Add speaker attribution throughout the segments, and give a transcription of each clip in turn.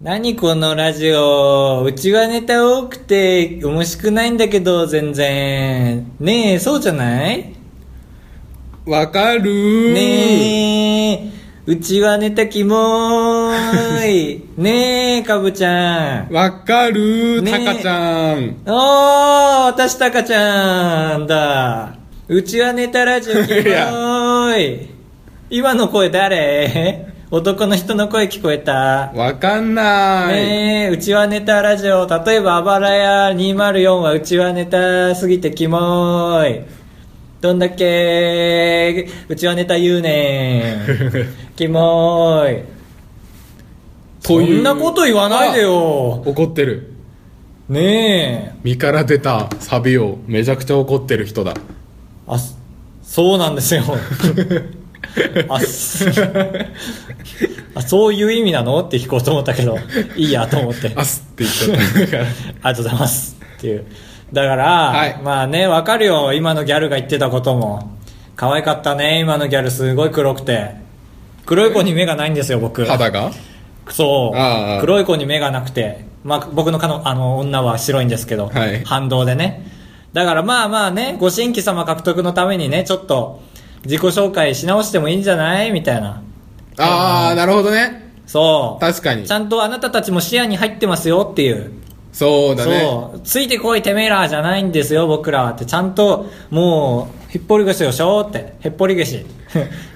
Speaker 1: 何このラジオ。うちはネタ多くて面白くないんだけど、全然。ねえ、そうじゃない
Speaker 2: わかるー
Speaker 1: ねえ、うちはネタキモーい。ねえ、かぶちゃん。
Speaker 2: わかるー、
Speaker 1: ねえ
Speaker 2: たかちゃん。
Speaker 1: おー、私たかちゃんだ。うちはネタラジオキモーい。今の声誰 男の人の声聞こえた。
Speaker 2: わかんない。
Speaker 1: ねえ、うちはネタラジオ。例えば、あばらや204はうちはネタすぎてキモーい。どんだけ、うちはネタ言うねん。キモーい。
Speaker 2: と
Speaker 1: そ
Speaker 2: いうん
Speaker 1: なこと言わないでよ。
Speaker 2: 怒ってる。
Speaker 1: ねえ。
Speaker 2: 身から出たサビをめちゃくちゃ怒ってる人だ。
Speaker 1: あ、そそうなんです よ。あ、そあそういう意味なのって聞こうと思ったけど、いいやと思って。
Speaker 2: あすって言っちゃ
Speaker 1: あ
Speaker 2: っ
Speaker 1: りがとうございますっていうだから、
Speaker 2: はい
Speaker 1: まあねわかるよ今のギャルが言ってたことも可愛かったね今のギャルすごい黒くて黒い子に目がないんですよ僕
Speaker 2: た。肌が
Speaker 1: そう
Speaker 2: ああ
Speaker 1: 黒い子に目がなくて、まあ、僕のかのあの女は白いんですけど、
Speaker 2: はい
Speaker 1: 反動でねだからまあまあねご新規様獲得のためにねちょっと自己紹介し直してもいいんじゃないみたいな
Speaker 2: あー、なるほどね。
Speaker 1: そう
Speaker 2: 確かに
Speaker 1: ち。ゃんとあなたたちも視野に入ってますよっていう
Speaker 2: そうだね。
Speaker 1: そうついてこいてめえらじゃないんですよ僕らはってちゃんともうへっぽり腰でしょってへっぽり 腰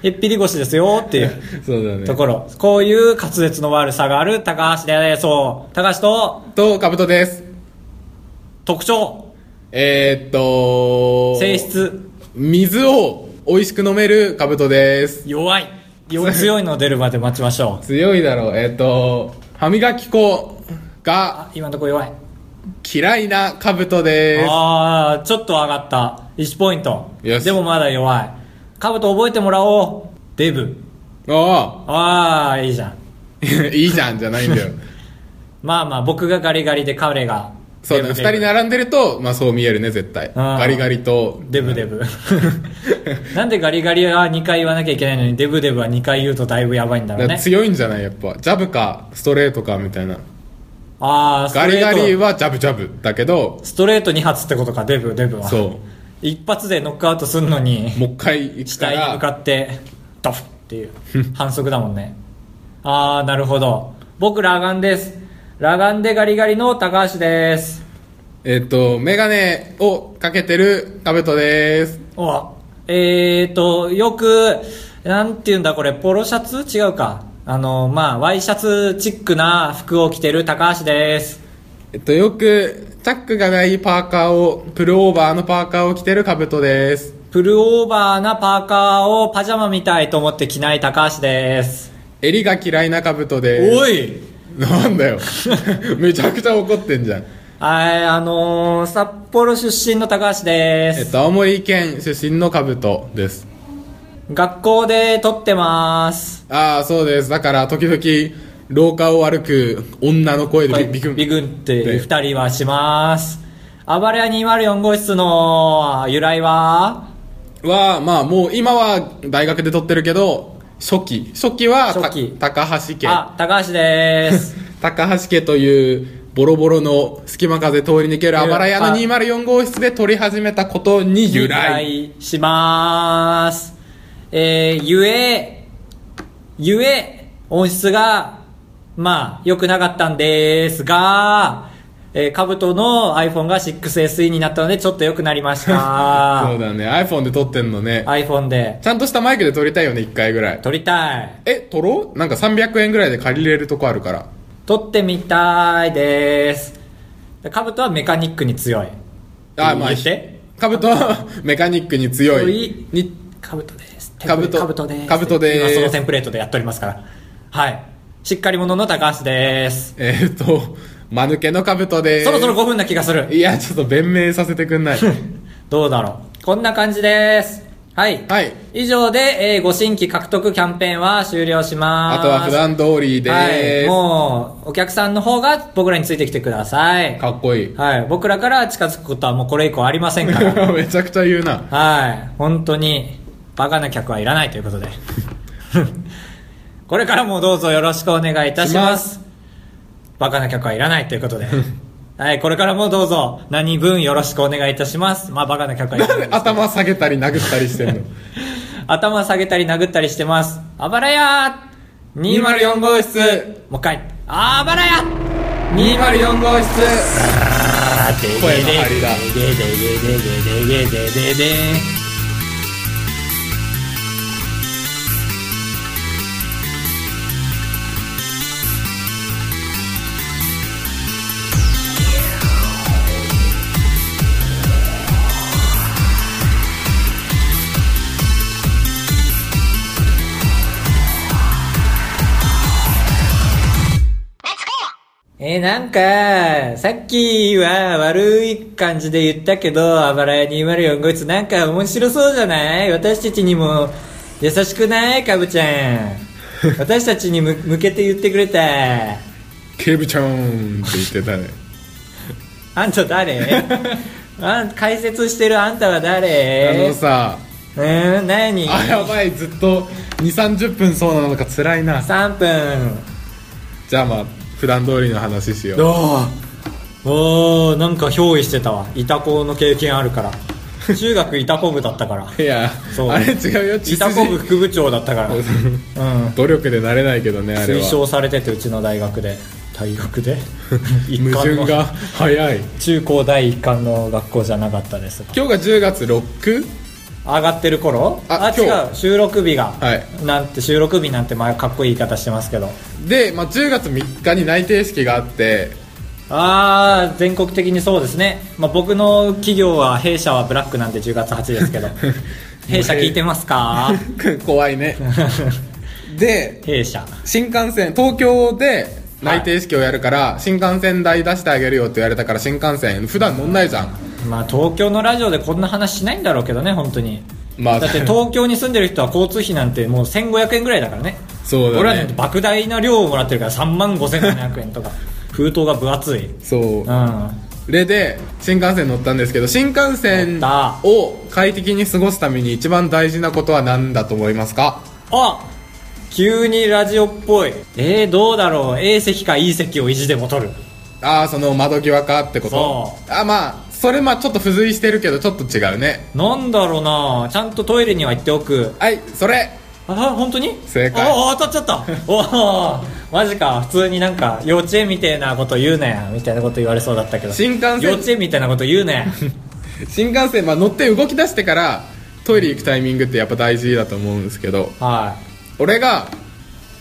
Speaker 1: へっぴり腰ですよっていう
Speaker 2: そうだね。
Speaker 1: ところこういう滑舌の悪さがある高橋でそう高橋と
Speaker 2: と、かぶとです。
Speaker 1: 特徴
Speaker 2: えー、っと、
Speaker 1: 性。質
Speaker 2: 水を美味しく飲めるかぶとです。
Speaker 1: 弱いよ強いの出るまで待ちましょう
Speaker 2: 強いだろう。えー、っと、歯磨き粉が
Speaker 1: あ今のとこ弱い
Speaker 2: 嫌いなカブトで
Speaker 1: ああちょっと上がった1ポイント
Speaker 2: よし
Speaker 1: でもまだ弱いカブと覚えてもらおうデブ
Speaker 2: す。お
Speaker 1: ああいいじゃん
Speaker 2: お いいじゃんじゃないん だよ。
Speaker 1: まあまあ僕がガリガリで彼が
Speaker 2: そうだね。
Speaker 1: デブ
Speaker 2: 二人並んでると、まあそう見えるね、絶対。
Speaker 1: あー
Speaker 2: ガリガリと。
Speaker 1: デブデブ なんでガリガリは2回言わなきゃいけないのにデブデブは2回言うとだいぶやばいんだろう
Speaker 2: だから
Speaker 1: ね
Speaker 2: 強いんじゃないやっぱ。ジャブか、ストレートか、みたいな。
Speaker 1: ああスト
Speaker 2: ガリ
Speaker 1: レ
Speaker 2: ガリ
Speaker 1: ート
Speaker 2: はジャブジャブ。だけど、
Speaker 1: ストレート2発ってことかデブデブは
Speaker 2: そ
Speaker 1: 一発でノックアウトするのに
Speaker 2: う。もう一回行
Speaker 1: 死
Speaker 2: くか、
Speaker 1: 体に向からってドフっていう反則だもんねああなるほど僕ラガンですラガンでガリガリの高橋です
Speaker 2: えっと、メガネをかけてるカブトです。
Speaker 1: おえーと、よく、なんていうんだこれ、ポロシャツ違うか。あの、まあ、ワイシャツチックな服を着てる高橋です。
Speaker 2: えっと、よく、チャックがないパーカーを、プルオーバーのパーカーを着てるカブトです。
Speaker 1: プルオーバーなパーカーをパジャマみたいと思って着ない高橋です。
Speaker 2: 襟が嫌いなカブトです。
Speaker 1: おい
Speaker 2: なんだよ めちゃくちゃ怒ってんじゃん
Speaker 1: はい、あのー、札幌出身の高橋で
Speaker 2: えっ
Speaker 1: す。
Speaker 2: と青森県出身のカブトです
Speaker 1: 学校で撮ってます。
Speaker 2: ああそうですだから時々廊下を歩く女の声でビビ
Speaker 1: ビ
Speaker 2: ク
Speaker 1: グ
Speaker 2: ン
Speaker 1: ンって二人はします。暴れ屋204号室の由来は
Speaker 2: はまあもう今は大学で撮ってるけど初期初期はた
Speaker 1: 初期
Speaker 2: 高橋家
Speaker 1: あ、高橋です。
Speaker 2: 高橋家というボロボロの隙間風通り抜けるあばら屋の204号室で撮り始めたことに由来
Speaker 1: しまーす。えー、ゆえ、ゆえ、音質が、まあ、良くなかったんですが、えー、カブトの iPhone が 6SE になったので、ちょっと良くなりまし
Speaker 2: そう
Speaker 1: た。
Speaker 2: だね iPhone で撮ってんのね
Speaker 1: iPhone で。
Speaker 2: ちゃんとしたマイクで撮りたいよね1回ぐらい
Speaker 1: 撮りたい。
Speaker 2: え取ろうなんか300円ぐらいで借りれるとこあるから
Speaker 1: 撮ってみたいです。カブトはメカニックに強い。
Speaker 2: あまあ
Speaker 1: 言って。
Speaker 2: カブトは メカニックに強いに
Speaker 1: カブトです。
Speaker 2: カブト
Speaker 1: カブトです。
Speaker 2: カブトで
Speaker 1: 今
Speaker 2: す
Speaker 1: そのテンプレートでやっておりますから。はい。しっかり者の高橋です。
Speaker 2: えーっと間抜けのカブトで
Speaker 1: そろそろ5分な気がする。
Speaker 2: いやちょっと弁明させてく んない
Speaker 1: どうだろう。こんな感じです。はい。
Speaker 2: はい
Speaker 1: 以上で、えーご新規獲得キャンペーンは終了します。
Speaker 2: あとは普段通りで
Speaker 1: はい。
Speaker 2: す、
Speaker 1: もう、お客さんの方が僕らについてきてください。
Speaker 2: かっこいい
Speaker 1: はい。僕らから近づくことはもうこれ以降ありませんから。
Speaker 2: めちゃくちゃ言 うな
Speaker 1: はい。本当に、バカな客はいらないということで。これからもどうぞよろしくお願いいたします。バカな客はいらないということで。はい、これからもどうぞ、何分よろしくお願いいたします。まあ、バカな客はいらない
Speaker 2: なんで頭下げたり殴ったりしてんの
Speaker 1: 頭下げたり殴ったりしてます。あばらや
Speaker 2: 204号室
Speaker 1: もう一回。あばらや
Speaker 2: 204号室
Speaker 1: あーでで
Speaker 2: 声の張りだ
Speaker 1: ででででででででででえー、なんか、さっきは悪い感じで言ったけど、あばらや204号室なんか面白そうじゃない私たちにも優しくないかぶちゃん。私たちにむ向けて言ってくれた。
Speaker 2: ケブちゃんって言ってたね
Speaker 1: あんた 誰あん解説してるあんたは誰
Speaker 2: あのさ
Speaker 1: うーん、何
Speaker 2: あやばいずっと2 3 0分そうなのか辛いな
Speaker 1: ?3 分。
Speaker 2: じゃあまあ普段通りの話しよう
Speaker 1: ああおーなんか憑依してたわいたこの経験あるから中学いたこ部だったから
Speaker 2: いや
Speaker 1: そう
Speaker 2: あれ違うよ血
Speaker 1: いたこ部
Speaker 2: 筋
Speaker 1: 副部長だったからうん
Speaker 2: 努力でなれないけどねあれ
Speaker 1: 推
Speaker 2: は
Speaker 1: 奨されててうちの大学で大学 で一貫の
Speaker 2: 矛盾が早い
Speaker 1: 中高第一貫の学校じゃなかったですが
Speaker 2: 今日が10月 6?
Speaker 1: 上がってる頃
Speaker 2: あ
Speaker 1: あ
Speaker 2: 今
Speaker 1: 違う収録日が、
Speaker 2: はい
Speaker 1: なんて収録日なんてまあかっこいい言い方してますけど
Speaker 2: で、まあ、10月3日に内定式があって
Speaker 1: ああ全国的にそうですね、まあ、僕の企業は弊社はブラックなんで10月8ですけ ど弊社聞いてますか
Speaker 2: 怖いね で
Speaker 1: 弊社
Speaker 2: 新幹線東京で内定式をやるから、新幹線代出してあげるよって言われたから新幹線普段乗んないじゃん
Speaker 1: まあ東京のラジオでこんな話しないんだろうけどね本当に
Speaker 2: まあ
Speaker 1: だって東京に住んでる人は交通費なんてもう1500円ぐらいだからね
Speaker 2: そう
Speaker 1: 俺ら
Speaker 2: だ
Speaker 1: なんて
Speaker 2: ね
Speaker 1: 莫大な量をもらってるから3万5700円と か封筒が分厚いうん
Speaker 2: そう
Speaker 1: あ
Speaker 2: それで新幹線乗ったんですけど新幹線
Speaker 1: 乗った
Speaker 2: を快適に過ごすために一番大事なことは何だと思いますか
Speaker 1: 急にラジオっぽいえー、どうだろう A 席か E 席を意地でも取る
Speaker 2: ああその窓際かってこと
Speaker 1: そ
Speaker 2: あまあそれまあちょっと付随してるけどちょっと違うね
Speaker 1: なんだろうなちゃんとトイレには行っておく
Speaker 2: はいそれ
Speaker 1: あ本当に
Speaker 2: 正解
Speaker 1: おお当たっち ゃったおおマジか普通になんか幼稚園みたいなこと言うなやみたいなこと言われそうだったけど
Speaker 2: 新幹線
Speaker 1: 幼稚園みたいなこと言うな や
Speaker 2: 新幹線、まあ、乗って動き出してからトイレ行くタイミングってやっぱ大事だと思うんですけど
Speaker 1: は
Speaker 2: 俺が、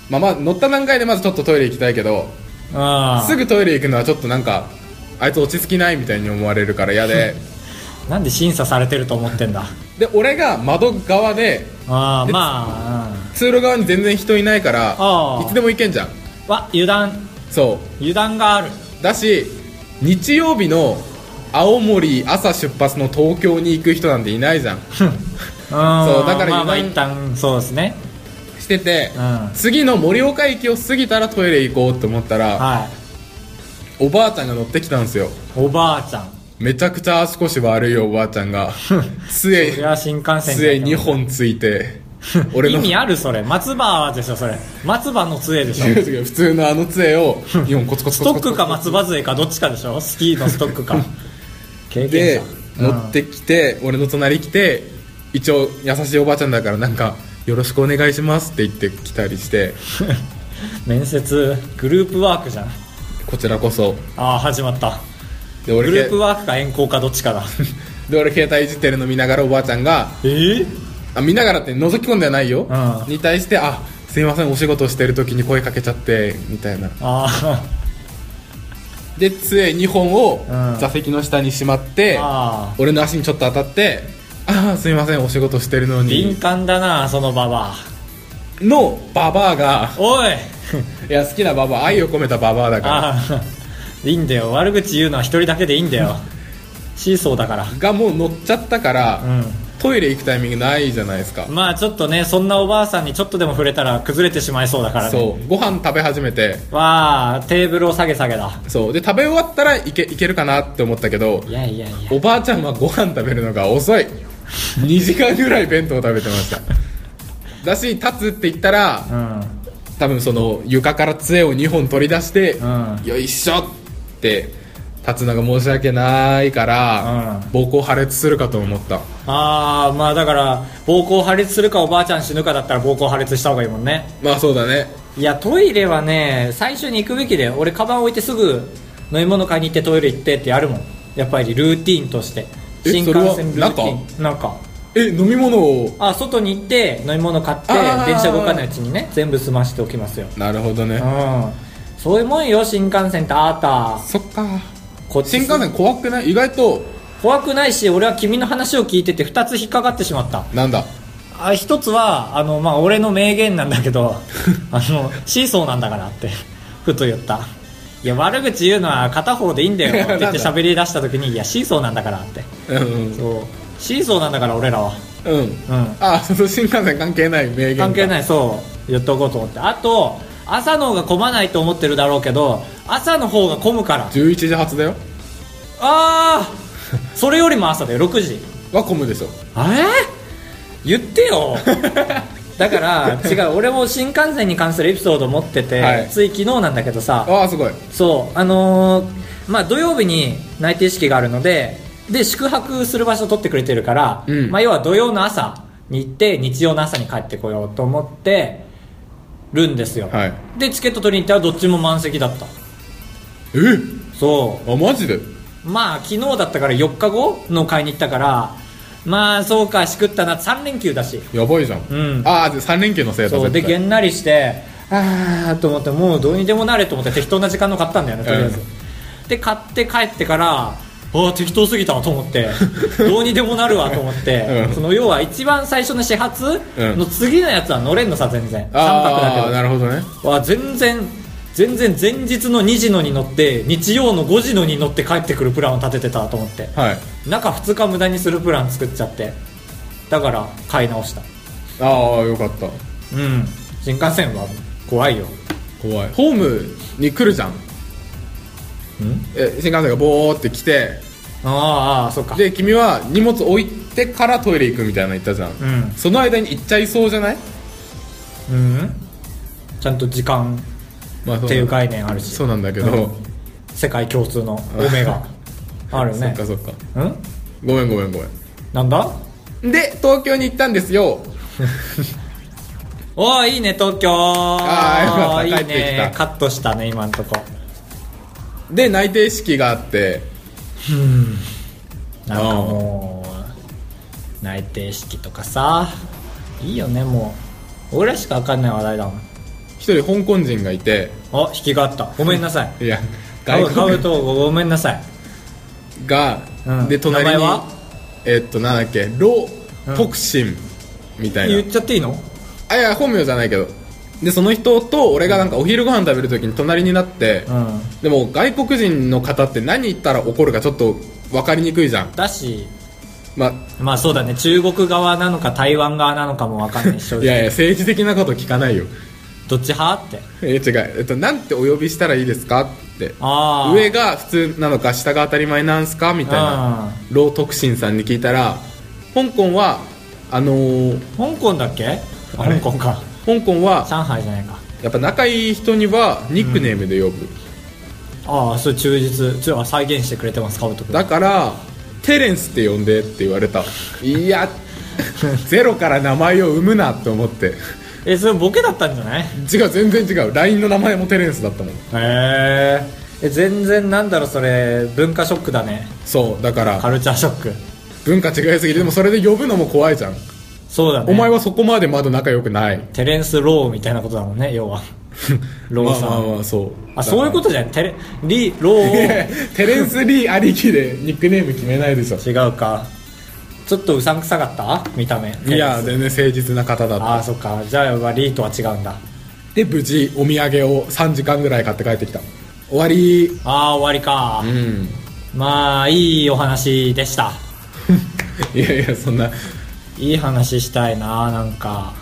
Speaker 2: まあ、まあ乗った段階でまずちょっとトイレ行きたいけど
Speaker 1: いうん
Speaker 2: すぐトイレ行くのはちょっとなんかあいつ落ち着きないみたいに思われるから 嫌で
Speaker 1: なんで審査されてると思ってんだ
Speaker 2: で俺が窓側で
Speaker 1: ああ
Speaker 2: で
Speaker 1: まあ、うん
Speaker 2: 通路側に全然人いないから
Speaker 1: あー
Speaker 2: いつでも行けんじゃん
Speaker 1: わ油断
Speaker 2: そ
Speaker 1: 油断がある
Speaker 2: うだし日曜日の青森朝出発の東京に行く人なんていないじゃん
Speaker 1: そう
Speaker 2: だから
Speaker 1: まあまあ
Speaker 2: 油断
Speaker 1: 一旦そうですね
Speaker 2: してて、
Speaker 1: うん
Speaker 2: 次の盛岡駅を過ぎたらトイレ行こうって思ったら
Speaker 1: はい
Speaker 2: おばあちゃんが乗ってきたんですよ
Speaker 1: おばあちゃん
Speaker 2: めちゃくちゃ足腰悪いおばあちゃ んが
Speaker 1: そ
Speaker 2: 杖
Speaker 1: りゃ新幹線
Speaker 2: 杖2本ついて俺
Speaker 1: 意
Speaker 2: の
Speaker 1: 味あるそれ松葉でしょそれ松葉の杖でしょ
Speaker 2: 違 う普通のあの杖を2本コツコツ
Speaker 1: ス
Speaker 2: コ
Speaker 1: ト
Speaker 2: ツコ
Speaker 1: ッ
Speaker 2: ツ
Speaker 1: クか松葉杖かどっちかでしょスキーのストッ クか経
Speaker 2: で
Speaker 1: 験者
Speaker 2: 持ってきて俺の隣来て一応優しいおばあちゃんだからなんか「よろしくお願いします」って言ってきたりして
Speaker 1: うん面接グループワークじゃん
Speaker 2: こちらこそ
Speaker 1: ああ始まった
Speaker 2: で
Speaker 1: グ
Speaker 2: 俺
Speaker 1: ルー
Speaker 2: け
Speaker 1: プワークか遠行かどっちかだ
Speaker 2: で俺携帯いじってるの見ながらおばあちゃんが
Speaker 1: えー、
Speaker 2: あ見ながらって覗き込んではないよ、
Speaker 1: うん
Speaker 2: に対して「あすいませんお仕事してる時に声かけちゃって」みたいな
Speaker 1: あ
Speaker 2: で杖2本を
Speaker 1: うん
Speaker 2: 座席の下にしまっ
Speaker 1: ー
Speaker 2: て、
Speaker 1: あー
Speaker 2: 俺の足にちょっと当たって「ああすいませんお仕事してるの
Speaker 1: 敏
Speaker 2: に
Speaker 1: 感だなそのババア」
Speaker 2: のババアが
Speaker 1: おい
Speaker 2: いや好きなババア愛を込めたババアだから
Speaker 1: ああいいんだよ悪口言うのは一人だけでいいんだよシーソーだから
Speaker 2: がもう乗っちゃったから、
Speaker 1: う
Speaker 2: トイレ行くタイミングないじゃないですか、
Speaker 1: んまあちょっとねそんなおばあさんにちょっとでも触れたら崩れてしまいそうだからね
Speaker 2: そうご飯食べ始めて
Speaker 1: わあテーブルを下げ下げだ
Speaker 2: そうで食べ終わったらいけいけるかなって思ったけど
Speaker 1: いやいやいや
Speaker 2: おばあちゃんはご飯食べるのが遅い2時間ぐらい弁当食べてましただし立つって言ったら
Speaker 1: うん
Speaker 2: 多分その床から杖を2本取り出して、
Speaker 1: うん
Speaker 2: よいしょって立つのが申し訳ないから、
Speaker 1: うん
Speaker 2: 膀胱破裂するかと思った
Speaker 1: ああまあだから膀胱破裂するかおばあちゃん死ぬかだったら膀胱破裂した方がいいもんね
Speaker 2: まあそうだね
Speaker 1: いやトイレはね最初に行くべきで俺カバン置いてすぐ飲み物買いに行ってトイレ行ってってやるもんやっぱりルーティーンとして
Speaker 2: え
Speaker 1: 新幹線ルーティーンなんか
Speaker 2: え飲み物を
Speaker 1: あ外に行って飲み物買って
Speaker 2: あー
Speaker 1: 電車動かないうちにね全部済ましておきますよ
Speaker 2: なるほどね
Speaker 1: うんそういうもんよ新幹線ってあーた
Speaker 2: そっか
Speaker 1: こっち
Speaker 2: 新幹線怖くない意外と
Speaker 1: 怖くないし俺は君の話を聞いてて2つ引っかかってしまった
Speaker 2: なんだ
Speaker 1: あ一つはあの、まあ、俺の名言なんだけ どあのシーソーなんだからってふと言ったいや悪口言うのは片方でいいんだよって言って
Speaker 2: なんだ
Speaker 1: 喋り出した時にいやシーソーなんだからって
Speaker 2: うんうん
Speaker 1: そうシーソーなんだから俺らは
Speaker 2: うん
Speaker 1: うん
Speaker 2: あその新幹線関係ない名言
Speaker 1: 関係
Speaker 2: い
Speaker 1: ないそう言っとこうと思ってあと朝の方が混まないと思ってるだろうけど朝の方が混む から
Speaker 2: 11時発だよ
Speaker 1: あーそれよりも朝だよ6時
Speaker 2: は混むでしょ
Speaker 1: あれ言って よだから違う俺も新幹線に関するエピソード持ってて、
Speaker 2: はい
Speaker 1: つい昨日なんだけどさ
Speaker 2: ああすごい
Speaker 1: そうあのーまあ土曜日に内定式があるのでで宿泊する場所取ってくれてるから、
Speaker 2: うん
Speaker 1: まあ、要は土曜の朝に行って日曜の朝に帰ってこようと思ってるんですよ、
Speaker 2: はい
Speaker 1: でチケット取りに行ったらどっちも満席だった
Speaker 2: え
Speaker 1: そう
Speaker 2: あマジで
Speaker 1: まあ昨日だったから4日後の買いに行ったからまあそうかしくったな3連休だし
Speaker 2: やばいじゃん、
Speaker 1: うん
Speaker 2: ああ3連休のせいだ
Speaker 1: そうで
Speaker 2: 絶対
Speaker 1: げんなりしてああと思ってもうどうにでもなれと思って適当な時間の買ったんだよねとりあえず、
Speaker 2: う
Speaker 1: で買って帰ってからあー適当すぎたわと思って どうにでもなるわと思って、
Speaker 2: うん
Speaker 1: その要は一番最初の始発
Speaker 2: うん
Speaker 1: の次のやつは乗れんのさ全然3泊だけ
Speaker 2: あ
Speaker 1: ど
Speaker 2: あなるほどね
Speaker 1: わ全然全然前日の2時のに乗って日曜の5時のに乗って帰ってくるプランを立ててたと思って
Speaker 2: はい
Speaker 1: 中2日無駄にするプラン作っちゃってだから買い直した
Speaker 2: ああよかった
Speaker 1: うん新幹線は怖いよ
Speaker 2: 怖いホームに来るじゃん
Speaker 1: ん
Speaker 2: え新幹線がボーって来て
Speaker 1: あーあーそっか
Speaker 2: で君は荷物置いてからトイレ行くみたいなの言ったじゃん、
Speaker 1: うん
Speaker 2: その間に行っちゃいそうじゃない、
Speaker 1: うんちゃんと時間
Speaker 2: まあ、
Speaker 1: っていう概念あるし
Speaker 2: そうなんだけど、
Speaker 1: うん世界共通のオメ ガあるよ
Speaker 2: そっ
Speaker 1: ね
Speaker 2: かそっか
Speaker 1: うん
Speaker 2: ごめんごめんごめ
Speaker 1: なんだ
Speaker 2: んで東京に行ったんですよ
Speaker 1: おーいいね東京
Speaker 2: あーよかった
Speaker 1: いい
Speaker 2: 帰ってきた
Speaker 1: ねカットしたね今んとこ
Speaker 2: で内定式があって
Speaker 1: なんかもう内定式とかさいいよねもう俺らしか分かんない話題だもん
Speaker 2: 一人香港人がいて
Speaker 1: あ引きがあったごめんなさい
Speaker 2: いや
Speaker 1: カ
Speaker 2: 外
Speaker 1: ブカ
Speaker 2: 国
Speaker 1: ブとごめんなさい
Speaker 2: が、
Speaker 1: うん
Speaker 2: で隣に
Speaker 1: 名前は
Speaker 2: えっとなんだっけロ・
Speaker 1: うん
Speaker 2: トクシンみたいな、
Speaker 1: 言っちゃっていいの
Speaker 2: あいや本名じゃないけどでその人と俺がなんかお昼ご飯食べる時に隣になって、
Speaker 1: うん
Speaker 2: でも外国人の方って何言ったら怒るかちょっと分かりにくいじゃん
Speaker 1: だし
Speaker 2: ま
Speaker 1: まあそうだね中国側なのか台湾側なのかも分かんないし正
Speaker 2: あい
Speaker 1: 直
Speaker 2: やいや政治的なこと聞かないよ
Speaker 1: どっち派って
Speaker 2: え違う、えっと、なんてお呼びしたらいいですかって
Speaker 1: ああ
Speaker 2: 上が普通なのか下が当たり前なんすかみたいな老徳信さんに聞いたら香港はあのー
Speaker 1: 香港だっけ
Speaker 2: あれ
Speaker 1: 香港 か
Speaker 2: 香港は
Speaker 1: 上海じゃないか
Speaker 2: やっぱ仲いい人にはニックネームで呼ぶ、
Speaker 1: ああそれ忠実ちょあ再現してくれてますカブト君
Speaker 2: だからテレンスって呼んでって言われたいや ゼロから名前を生むなって思って
Speaker 1: えそれボケだったんじゃない
Speaker 2: 違う全然違う LINE の名前もテレンスだったもん
Speaker 1: へーえ全然なんだろうそれ文化ショックだね
Speaker 2: そうだか
Speaker 1: カ
Speaker 2: ら
Speaker 1: ルチャーショック
Speaker 2: 文化違いすぎてでもそれで呼ぶのも怖いじゃん、
Speaker 1: そうだね
Speaker 2: お前はそこまでまだ仲良くない
Speaker 1: テレンス・ローみたいなことだもんね要 はローさん、
Speaker 2: ま
Speaker 1: あ
Speaker 2: あまあまあそう
Speaker 1: そういうことじゃないテレリロ
Speaker 2: だから
Speaker 1: ー
Speaker 2: テレンス・リーありきでニックネーム決めないでしょ
Speaker 1: 違うかちょっとうさんくさかった見た目
Speaker 2: いや
Speaker 1: テレンス
Speaker 2: 全然誠実な方だ
Speaker 1: あ
Speaker 2: っ
Speaker 1: あ
Speaker 2: た
Speaker 1: そっかじゃあやっぱリーとは違うんだ
Speaker 2: で無事お土産を3時間ぐらい買って帰ってきた終わり
Speaker 1: ああ終わりか
Speaker 2: うん
Speaker 1: まあいいお話でした
Speaker 2: いやいやそんない
Speaker 1: い話したいななんか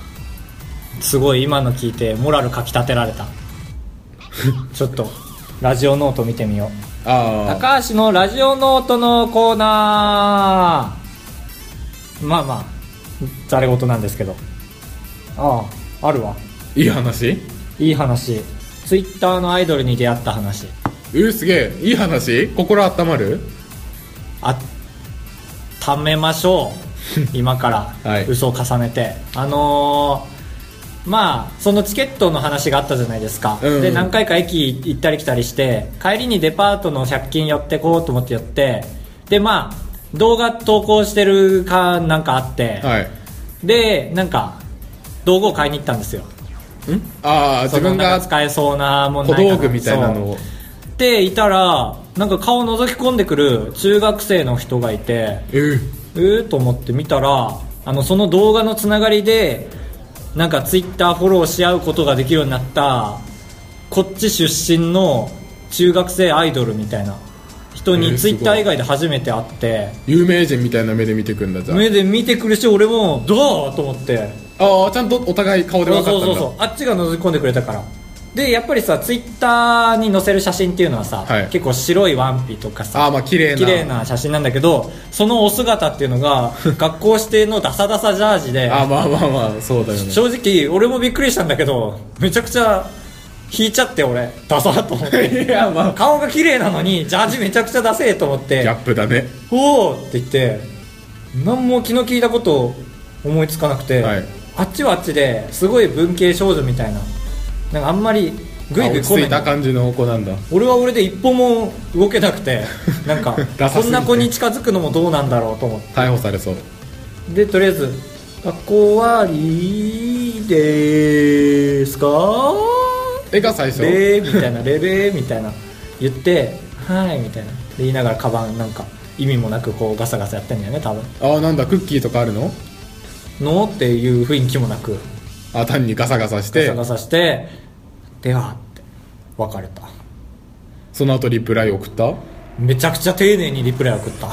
Speaker 1: すごい今の聞いてモラルかきたてられたちょっとラジオノート見てみよう
Speaker 2: ああ
Speaker 1: 高橋のラジオノートのコーナーまあまあざれ事なんですけどあああるわ
Speaker 2: いい話
Speaker 1: いい話ツイッターのアイドルに出会った話
Speaker 2: うーすげえいい話心温まる
Speaker 1: あためまし ょう今から、
Speaker 2: はい
Speaker 1: 嘘を重ねてあのーまあそのチケットの話があったじゃないですか、
Speaker 2: うんうん
Speaker 1: で何回か駅行ったり来たりして帰りにデパートの100均寄ってこうと思って寄ってでまあ動画投稿してるかなんかあって、
Speaker 2: はい
Speaker 1: でなんか道具を買いに行ったんですよ
Speaker 2: んああ自
Speaker 1: その
Speaker 2: 分
Speaker 1: なん
Speaker 2: が
Speaker 1: か使えそうなもん
Speaker 2: 小
Speaker 1: ないかな
Speaker 2: 道具みたいなの
Speaker 1: そう
Speaker 2: を
Speaker 1: でいたらなんか顔を覗き込んでくる中学生の人がいて
Speaker 2: えー
Speaker 1: えー、と思って見たらあのその動画のつながりでなんかツイッターフォローし合うことができるようになったこっち出身の中学生アイドルみたいな人
Speaker 2: え
Speaker 1: に
Speaker 2: ー
Speaker 1: ツ
Speaker 2: す
Speaker 1: イ
Speaker 2: ごい
Speaker 1: ッター以外で初めて会って、
Speaker 2: 有名人みたいな目で見てくんだじゃ
Speaker 1: 目で見てくるし俺もどうと思って
Speaker 2: ああーちゃんとお互い顔で
Speaker 1: そ
Speaker 2: 分
Speaker 1: う
Speaker 2: か
Speaker 1: そう
Speaker 2: った
Speaker 1: そ
Speaker 2: ん
Speaker 1: う
Speaker 2: だ
Speaker 1: そうあっちが覗き込んでくれたからでやっぱりさツイッターに載せる写真っていうのはさ、
Speaker 2: はい
Speaker 1: 結構白いワンピとかさ
Speaker 2: ああまあ綺麗な
Speaker 1: 綺麗な写真なんだけどそのお姿っていうの が学校指定のダサダサジャージで
Speaker 2: あーまあまあまあそうだよね
Speaker 1: 正直俺もびっくりしたんだけどめちゃくちゃ引いちゃって俺ダサーと思って
Speaker 2: いやまあ
Speaker 1: 顔が綺麗なのにジャージめちゃくちゃダセえと思っ
Speaker 2: ギャ
Speaker 1: て
Speaker 2: ップだね
Speaker 1: おおって言って何も気の利いたこと思いつかなくて、
Speaker 2: はい
Speaker 1: あっちはあっちですごい文系少女みたいななんかあんまりグイグイ
Speaker 2: 落
Speaker 1: 来
Speaker 2: ち
Speaker 1: な
Speaker 2: 着
Speaker 1: い
Speaker 2: いた感じの子なんだ
Speaker 1: 俺は俺で一歩も動けなくてなんか
Speaker 2: ダサすぎて
Speaker 1: こんな子に近づくのもどうなんだろうと思って
Speaker 2: 逮捕されそう
Speaker 1: でとりあえず「学校終わりですか?」
Speaker 2: 絵が最初
Speaker 1: でみたいな「レベー」みたいな言って「はい」みたいなで言いながらカバンなんか意味もなくこうガサガサやってんだよね多分
Speaker 2: ああなんだクッキーとかあるの
Speaker 1: 「の?」っていう雰囲気もなく
Speaker 2: あ単にガサガサし
Speaker 1: ガ
Speaker 2: て
Speaker 1: サガサして「では」って別れた
Speaker 2: その後リプライ送った
Speaker 1: めちゃくちゃ丁寧にリプライ送った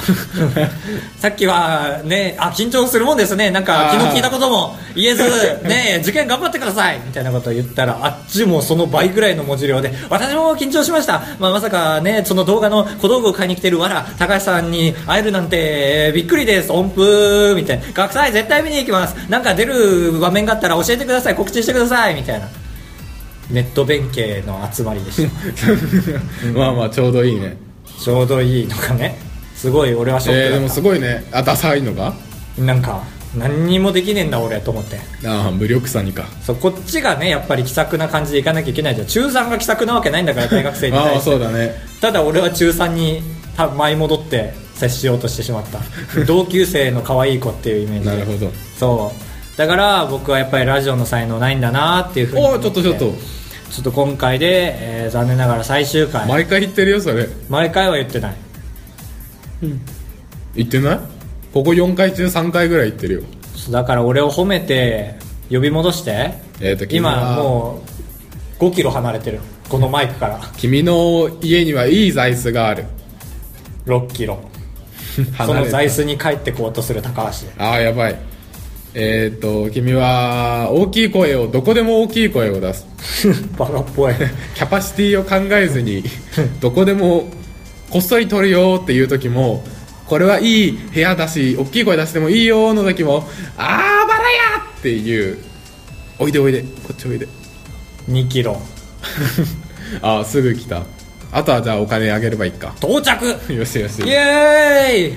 Speaker 1: さっきはねあ緊張するもんですねなんか
Speaker 2: あー
Speaker 1: 気の利いたことも言え ずねえ受験頑張ってくださいみたいなことを言ったらあっちもその倍ぐらいの文字量で私も緊張しました、まあ、まさかねその動画の小道具を買いに来てるわら高橋さんに会えるなんてえーびっくりです音符みたいな学祭絶対見に行きますなんか出る場面があったら教えてください告知してくださいみたいなネット弁慶の集まりでした
Speaker 2: まあまあちょうどいいね
Speaker 1: ちょうどいいのかねすごい俺はショッ
Speaker 2: え
Speaker 1: ク
Speaker 2: ー、
Speaker 1: だ
Speaker 2: で
Speaker 1: った、
Speaker 2: もすごいねあダサいのが
Speaker 1: なんか何にもできねえんだ俺と思って
Speaker 2: ああ無力さにか
Speaker 1: そうこっちがねやっぱり気さくな感じでいかなきゃいけないじゃん中3が気さくなわけないんだから大学生に
Speaker 2: あ
Speaker 1: 対
Speaker 2: あ
Speaker 1: して
Speaker 2: そうだね
Speaker 1: ただ俺は中3に多分舞い戻って接しようとしてしまった 同級生の可愛い子っていうイメージで
Speaker 2: なるほど
Speaker 1: そうだから僕はやっぱりラジオの才能ないんだなっていうふうに
Speaker 2: お
Speaker 1: 思
Speaker 2: お
Speaker 1: て
Speaker 2: ちょっとちょっと
Speaker 1: ちょっと今回で、えー残念ながら最終回毎
Speaker 2: 毎回言ってるよそれ
Speaker 1: 回は言ってない
Speaker 2: 言ってないここ4回中3回ぐらい言ってるよ
Speaker 1: そうだから俺を褒めて呼び戻して
Speaker 2: えーと君は
Speaker 1: 今もう5キロ離れてるこのマイクから
Speaker 2: 君の家にはいい座椅子が ある
Speaker 1: 6キロそ
Speaker 2: 離
Speaker 1: の
Speaker 2: れ
Speaker 1: 座
Speaker 2: た
Speaker 1: 椅子に帰ってこうとする高 橋
Speaker 2: ああやばいえっ、と君は大きい声をどこでも大きい声を出す
Speaker 1: バカっぽい
Speaker 2: キャパシティを考え ずにどこでもこっそり撮るよっていう時もこれはいい部屋だし大きい声出してもいいよの時もあーバラやっていうおいでおいでこっちおいで
Speaker 1: 2キロ
Speaker 2: あーすぐ来たあとはじゃあお金あげればいいか
Speaker 1: 到着
Speaker 2: よしよし
Speaker 1: イエーイ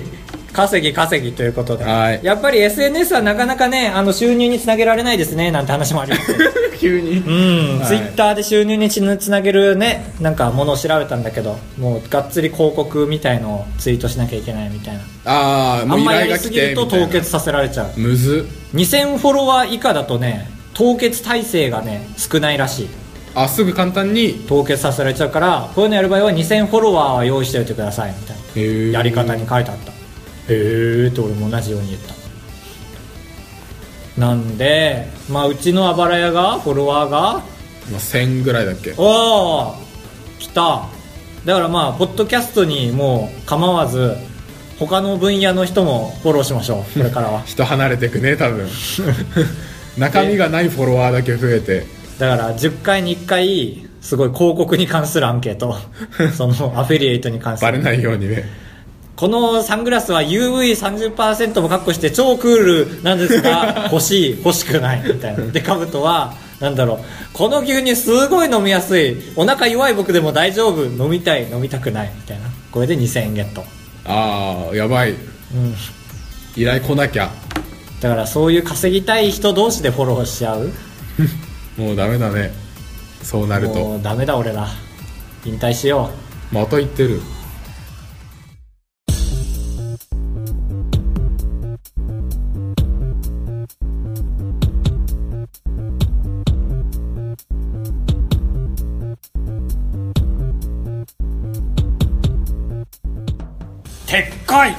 Speaker 1: 稼ぎ稼ぎということで
Speaker 2: はい
Speaker 1: やっぱり SNS はなかなかねあの収入につなげられないですねなんて話もあります
Speaker 2: 急に
Speaker 1: うん、
Speaker 2: はい
Speaker 1: ツイッターで収入につつなげるねなんかものを調べたんだけどもうがっつり広告みたいのをツイートしなきゃいけないみたいな
Speaker 2: ああ
Speaker 1: あ
Speaker 2: もうん依
Speaker 1: まや
Speaker 2: 頼
Speaker 1: り
Speaker 2: が
Speaker 1: す
Speaker 2: 来
Speaker 1: ぎ
Speaker 2: て
Speaker 1: ると
Speaker 2: みたいな
Speaker 1: 凍結させられちゃう
Speaker 2: むず
Speaker 1: 2000フォロワー以下だとね凍結体制がね少ないらしい
Speaker 2: あすぐ簡単に
Speaker 1: 凍結させられちゃうからこういうのやる場合は2000フォロワーは用意しておいてくださいみたい
Speaker 2: へー
Speaker 1: なやり方に書いてあったへえって俺も同じように言ったなんで、まあ、うちのあばら屋がフォロワーが
Speaker 2: まあ1000ぐらいだっけ
Speaker 1: おお来ただからまあポッドキャストにもう構わず他の分野の人もフォローしましょうこれからは
Speaker 2: 人離れてくね多分 中身がないフォロワーだけ増えて
Speaker 1: だから10回に1回すごい広告に関するアンケー トそのアフィリエイトに関す
Speaker 2: バレ
Speaker 1: る
Speaker 2: ないようにね
Speaker 1: このサングラスは UV30% も確保して超クールなんですが欲しい欲しくないみたいなでカブトはなんだろうこの牛乳すごい飲みやすいお腹弱い僕でも大丈夫飲みたい飲みたくないみたいなこれで2000円ゲット
Speaker 2: ああやばい
Speaker 1: うん
Speaker 2: 依頼来なきゃ
Speaker 1: だからそういう稼ぎたい人同士でフォローしちゃう
Speaker 2: もうダメだねそうなると
Speaker 1: もうダメだ俺ら引退しよ
Speaker 2: また言ってる
Speaker 1: う撤回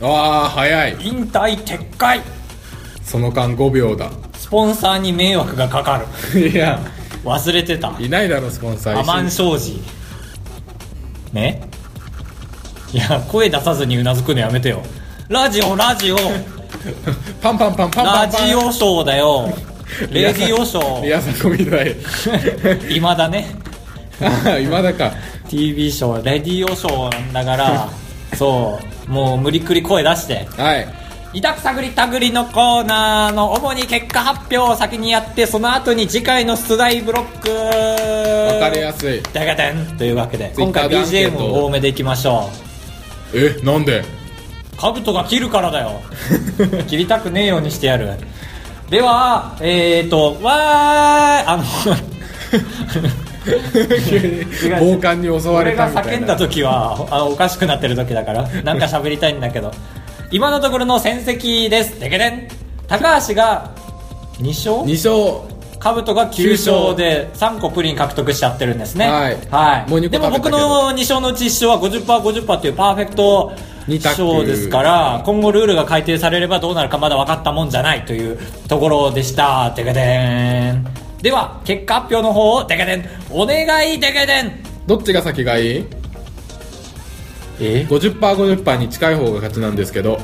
Speaker 2: ああ早い
Speaker 1: 引退撤回
Speaker 2: その間5秒だ
Speaker 1: スポンサーに迷惑がかかる
Speaker 2: いや
Speaker 1: 忘れてた
Speaker 2: いないだろスポンサー
Speaker 1: アマン商事ねいや声出さずにうなずくのやめてよラジオラジオ
Speaker 2: パンパンパンパンパ
Speaker 1: ラ
Speaker 2: ンパン
Speaker 1: ジオショーだよレディオショ
Speaker 2: 宮迫みたい
Speaker 1: ー今だね
Speaker 2: ああ今だか
Speaker 1: TV ショーレディオショーだからそうもう無理くり声出して
Speaker 2: はい
Speaker 1: 委託探り探りのコーナーの主に結果発表を先にやってその後に次回の出題ブロック
Speaker 2: 分かりやすい
Speaker 1: ダガダンというわけで今
Speaker 2: Twitter
Speaker 1: 回
Speaker 2: でアンケー
Speaker 1: BGM
Speaker 2: ト
Speaker 1: 多めでいきましょう
Speaker 2: えなんで
Speaker 1: カブトが切るからだよ切りたくねえようにしてやるではえーとわーいあ の
Speaker 2: 暴漢に襲わ
Speaker 1: 俺
Speaker 2: れた
Speaker 1: が
Speaker 2: みた
Speaker 1: 叫
Speaker 2: い
Speaker 1: んだ
Speaker 2: な
Speaker 1: 時はあおかしくなってる時だからなんか喋りたいんだけ ど今のところの戦績ですでけでん高橋が2勝
Speaker 2: 2勝
Speaker 1: カブトが9勝で3個プリン獲得しちゃってるんですね
Speaker 2: はい
Speaker 1: はい
Speaker 2: もう二個
Speaker 1: でも
Speaker 2: 食べた
Speaker 1: 僕
Speaker 2: けど
Speaker 1: の2勝のうち1勝は 50%50% というパーフェクト
Speaker 2: 二択
Speaker 1: 勝ですから今後ルールが改定されればどうなるかまだ分かったもんじゃないというところでしたデカデンでは結果発表の方をデカデンお願いデカデン
Speaker 2: どっちが先がいい
Speaker 1: え
Speaker 2: 50%50% に近い方が勝ちなんですけど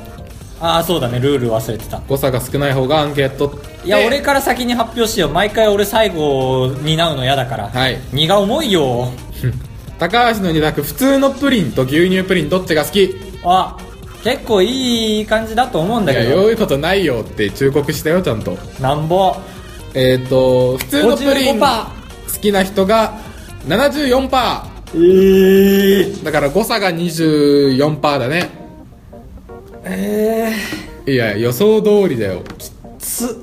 Speaker 1: ああそうだねルール忘れてた
Speaker 2: 誤差が少ない方がアンケート
Speaker 1: いや
Speaker 2: で
Speaker 1: 俺から先に発表しよう毎回俺最後担うの嫌だから、
Speaker 2: はい
Speaker 1: 荷が重いよ
Speaker 2: 高橋の2択普通のプリンと牛乳プリンどっちが好きい
Speaker 1: あ結構いい感じだと思うんだ
Speaker 2: や
Speaker 1: け
Speaker 2: よ
Speaker 1: ど
Speaker 2: いことないよって忠告したよちゃんと
Speaker 1: なんぼ
Speaker 2: えっ、と普通のプリ
Speaker 1: 55%
Speaker 2: ン好きな人が74%パ
Speaker 1: えー、
Speaker 2: ーだから誤差が24%パーだね
Speaker 1: え
Speaker 2: いや予想通りだよ
Speaker 1: ー、つ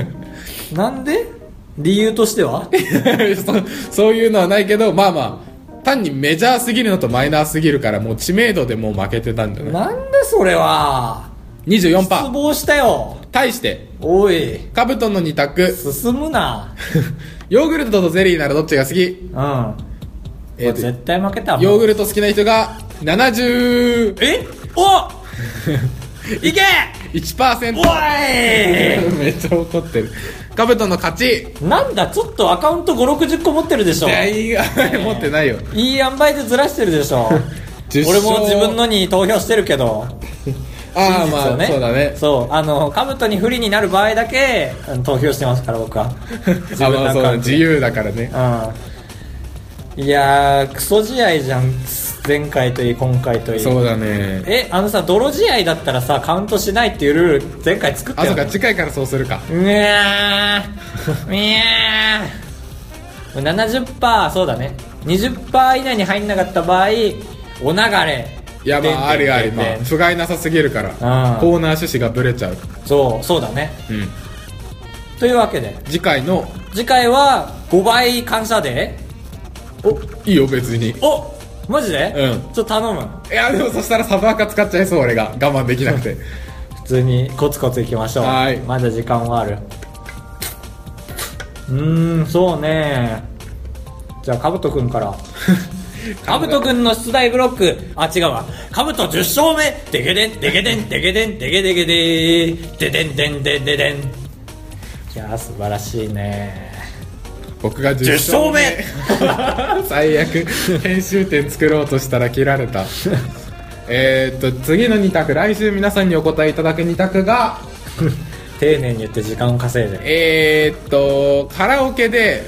Speaker 1: なんで理由としては
Speaker 2: そそういうのはないけどまあまあ単にメジャーすぎるのとマイナーすぎるからもう知名度でもう負けてたんじゃない
Speaker 1: なんでそれは
Speaker 2: 24%パ
Speaker 1: 失
Speaker 2: ー
Speaker 1: 望したよ
Speaker 2: 対して
Speaker 1: おい
Speaker 2: カブトンの2択
Speaker 1: 進むな
Speaker 2: ヨーグルトとゼリーならどっちが好き
Speaker 1: うん、まあ
Speaker 2: えーと
Speaker 1: 絶対負けたもん
Speaker 2: ヨーグルト好きな人が71%
Speaker 1: え おいけおい
Speaker 2: めっちゃ怒ってるカブトンの勝ち
Speaker 1: なんだちょっとアカウント560個持ってるでしょ
Speaker 2: 全員が持ってないよ
Speaker 1: いい塩梅でずらしてるでし ょ
Speaker 2: 10
Speaker 1: 俺も自分のに投票してるけど真
Speaker 2: ああ
Speaker 1: 実
Speaker 2: ま
Speaker 1: を
Speaker 2: あそうだね
Speaker 1: そうあの兜に不利になる場合だけあの投票してますから僕は
Speaker 2: あまあそうだ
Speaker 1: 自
Speaker 2: 自由だからね
Speaker 1: うんいやークソ試合じゃん前回といい今回といい
Speaker 2: そうだね
Speaker 1: えあのさ泥試合だったらさカウントしないっていうルール前回作った
Speaker 2: あそ
Speaker 1: よ
Speaker 2: うか
Speaker 1: ね
Speaker 2: 次回からそうするか
Speaker 1: うわーうわー70%そうだね20%以内に入んなかった場合お流れ
Speaker 2: いやまああ
Speaker 1: てんてんてんてん
Speaker 2: りありまあ不甲斐なさすぎるから
Speaker 1: ん
Speaker 2: コーナー趣旨がブレちゃう
Speaker 1: そうそうだね
Speaker 2: うん
Speaker 1: というわけで
Speaker 2: 次回の
Speaker 1: 次回は5倍感謝デ
Speaker 2: おいいよ別に
Speaker 1: ーおマジで
Speaker 2: う
Speaker 1: ち
Speaker 2: ん
Speaker 1: ょっと頼む
Speaker 2: いやでもそしたらサブアカ使っちゃいそう俺が我慢できなくて
Speaker 1: 普通にコツコツいきましょう
Speaker 2: はい
Speaker 1: まだ時間はあるうーんそうねじゃあかぶとくん からかぶとくんの出題ブロックあ違うわかぶと10勝目でげでんでげでんでげでんでげでげでーででんでんでんででんいやー素晴らしいね
Speaker 2: 僕が
Speaker 1: 10
Speaker 2: 10
Speaker 1: 勝
Speaker 2: 勝
Speaker 1: 目
Speaker 2: 目最悪編集点作ろうとしたら切られ たえーっと次の2択来週皆さんにお答えいただく2択が
Speaker 1: 丁寧に言って時間を稼いで
Speaker 2: えーっとカラオケで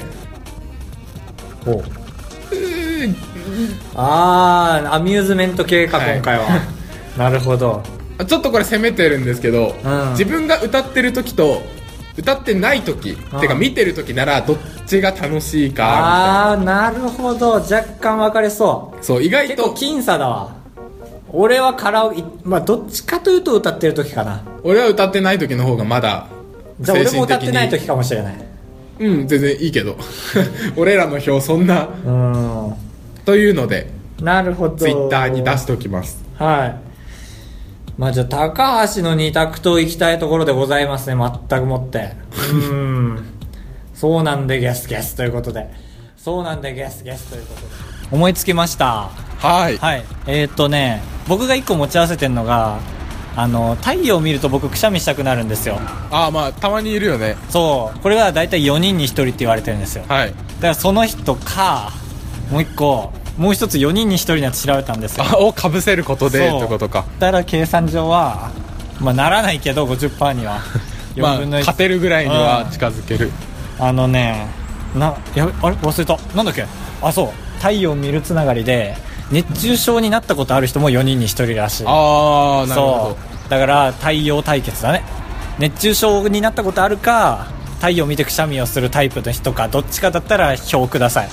Speaker 1: ほうああアミューズメント系か、
Speaker 2: はい
Speaker 1: 今回 はなるほど
Speaker 2: ちょっとこれ攻めてるんですけど、
Speaker 1: うん
Speaker 2: 自分が歌ってる時と歌ってない時
Speaker 1: ああ
Speaker 2: てか見てる時ならどっちが楽しいか
Speaker 1: あー、なるほど。若干分かれそう
Speaker 2: みたい。なそう意外
Speaker 1: 結構
Speaker 2: と
Speaker 1: 僅差だわ。俺はカラオケ、まあどっちかというと歌ってる時かな。
Speaker 2: 俺は歌ってない時の方がまだ
Speaker 1: じゃあ
Speaker 2: 精
Speaker 1: 俺も
Speaker 2: 神
Speaker 1: 歌
Speaker 2: 的
Speaker 1: ってない
Speaker 2: に
Speaker 1: 時かもしれない。
Speaker 2: うん全然いいけど 俺らの票そんな
Speaker 1: うーん。
Speaker 2: というので
Speaker 1: なるほど。
Speaker 2: ツイッターに出しておきます
Speaker 1: はい。まあじゃあ、高橋の二択と行きたいところでございますね、全くもって。うーん。そうなんでゲスゲスということで。そうなんでゲスゲスということで。思いつきました。
Speaker 2: はい
Speaker 1: はい。えー、っとね、僕が一個持ち合わせてんのが、あの、太陽を見ると僕くしゃみしたくなるんですよ。
Speaker 2: ああまあたまにいるよね
Speaker 1: そう。これが大体4人に1人って言われてるんですよ。
Speaker 2: はい
Speaker 1: だからその人か、もう一個、もう一つ4人に1人のやつ調べたんですよ。
Speaker 2: あをかぶせることで
Speaker 1: そう
Speaker 2: ってことか
Speaker 1: だから計算上は、まあ、ならないけど50%には
Speaker 2: まあ
Speaker 1: 4分の1、
Speaker 2: 勝てるぐらいには近づける
Speaker 1: あのねなやべあれ忘れたなんだっけあそう太陽を見るつながりで熱中症になったことある人も4人に1人らしい
Speaker 2: ああなるほど
Speaker 1: そうだから太陽対決だね熱中症になったことあるか太陽を見てくしゃみをするタイプの人かどっちかだったら票ください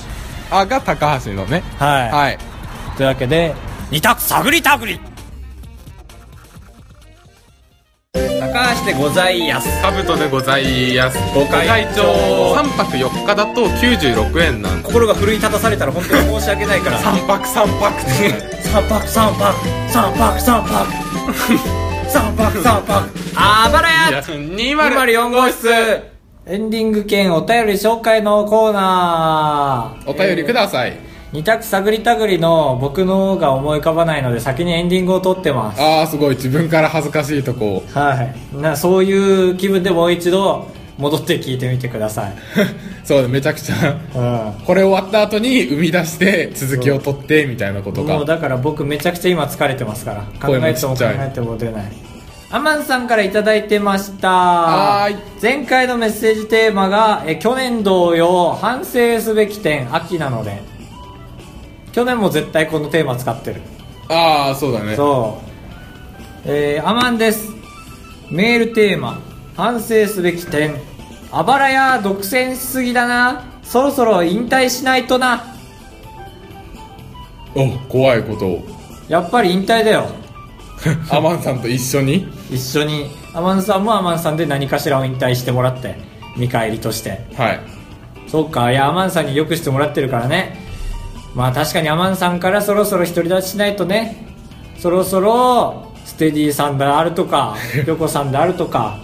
Speaker 2: あが高橋のね
Speaker 1: はい、
Speaker 2: はい
Speaker 1: というわけで二択探り探り高橋でございやす
Speaker 2: カブトでございますご
Speaker 1: 会長
Speaker 2: 3泊4日だと96円なんで
Speaker 1: 心が奮い立たされたら本当に申し訳ないから
Speaker 2: 3泊3泊って
Speaker 1: 三泊三泊三泊三泊 三泊三泊あばらや
Speaker 2: 204号室
Speaker 1: エンディング兼お便り紹介のコーナー
Speaker 2: お便りください、
Speaker 1: 二択探り探りの僕のが思い浮かばないので先にエンディングを撮ってます
Speaker 2: ああすごい自分から恥ずかしいとこを
Speaker 1: はいなそういう気分でもう一度戻って聞いてみてください、
Speaker 2: そうねめちゃくちゃ
Speaker 1: うん
Speaker 2: これ終わった後に生み出して続きを取ってみたいなこと
Speaker 1: もう
Speaker 2: が
Speaker 1: だから僕めちゃくちゃ今疲れてますから考
Speaker 2: 声も
Speaker 1: え
Speaker 2: ちってち
Speaker 1: も
Speaker 2: ゃい
Speaker 1: 考えても出ないアマンさんからいただいてました
Speaker 2: はーい
Speaker 1: 前回のメッセージテーマがえ去年同様反省すべき点秋なので去年も絶対このテーマ使ってる
Speaker 2: ああそうだね
Speaker 1: そうえー、アマンですメールテーマ反省すべき点あばらや独占しすぎだなそろそろ引退しないとな
Speaker 2: お怖いこと を
Speaker 1: やっぱり引退だよ
Speaker 2: アマンさんと一緒に
Speaker 1: 一緒にアマンさんもアマンさんで何かしらを引退してもらって見返りとして
Speaker 2: はい
Speaker 1: そっかいやアマンさんによくしてもらってるからねまあ確かにアマンさんからそろそろ独り立ちしないとねそろそろステディさんであると かヨコさんであるとか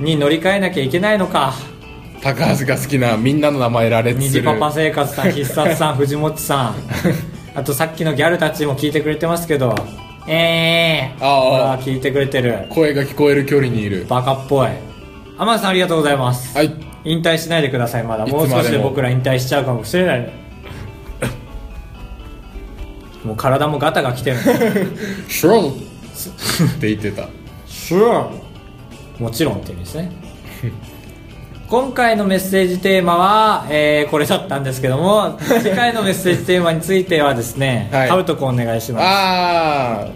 Speaker 1: に乗り換えなきゃいけないのか
Speaker 2: 高橋が好きなみんなの名前羅列
Speaker 1: ニ
Speaker 2: す
Speaker 1: ジ
Speaker 2: る
Speaker 1: パパ生活さん必殺 さん藤本さんあとさっきのギャルたちも聞いてくれてますけどええー、
Speaker 2: ああああ
Speaker 1: 聞いてくれてる
Speaker 2: 声が聞こえる距離にいる
Speaker 1: バカっぽいアマンさんありがとうございます
Speaker 2: はい
Speaker 1: 引退しないでくださいまだ
Speaker 2: いつ
Speaker 1: も
Speaker 2: ま
Speaker 1: う
Speaker 2: でも
Speaker 1: 少しで僕ら引退しちゃうかもしれないもう体もガタが来てる
Speaker 2: シュロって言ってた
Speaker 1: もちろんっていう意味ですね今回のメッセージテーマは、えーこれだったんですけども次回のメッセージテーマについてはですね、
Speaker 2: はい
Speaker 1: カブト君お願いしま
Speaker 2: ああ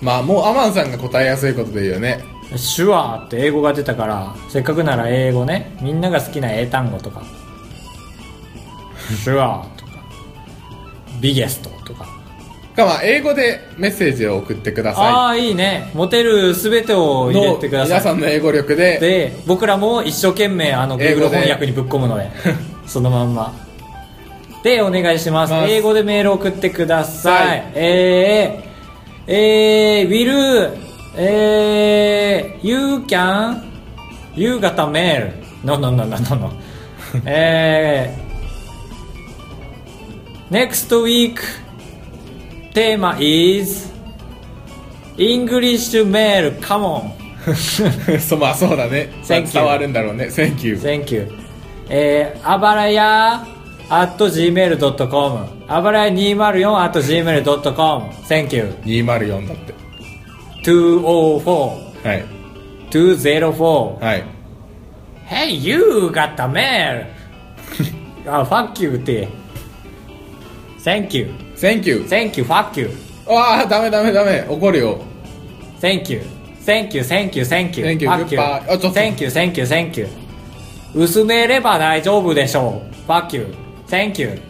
Speaker 2: まあもうアマンさんが答えやすいことでいいよね
Speaker 1: す「手話」って英語が出たからせっかくなら英語ねみんなが好きな英単語とか「手話」とか「ビゲスト」とか
Speaker 2: かまあ英語でメッセージを送ってくだ
Speaker 1: あ
Speaker 2: さ
Speaker 1: あいいねモテるすべてを
Speaker 2: い
Speaker 1: 入
Speaker 2: の
Speaker 1: れてください
Speaker 2: 皆さんの英語力で
Speaker 1: で僕らも一生懸命あの
Speaker 2: 英
Speaker 1: Google
Speaker 2: 語で
Speaker 1: 翻訳にぶっ込むの でそのまんまでお願いします、
Speaker 2: ます
Speaker 1: 英語でメール送ってください、
Speaker 2: は
Speaker 1: えー、えー、will えー、you can 夕方メール no no no no no no えー next week テーマ is English メール come on
Speaker 2: そうまあそうだね
Speaker 1: Thank you
Speaker 2: 伝わるんだろうね Thank you
Speaker 1: Thank you. えー、あばらや at gmail.com あばらや204 at gmail.com Thank you.
Speaker 2: 204だって
Speaker 1: 204
Speaker 2: はい
Speaker 1: 204
Speaker 2: はい
Speaker 1: Hey, you got the mail! あ、fuck you って。Thank you.
Speaker 2: Thank you
Speaker 1: Thank you, fuck you.
Speaker 2: わあダメダメダメ怒るよ
Speaker 1: Thank you. Thank you, thank you, thank you.
Speaker 2: Thank you,
Speaker 1: fuck you.
Speaker 2: goodbye. あちょっと
Speaker 1: Thank you, thank you, thank you. 薄めれば大丈夫でしょう。バキュー、センキュー。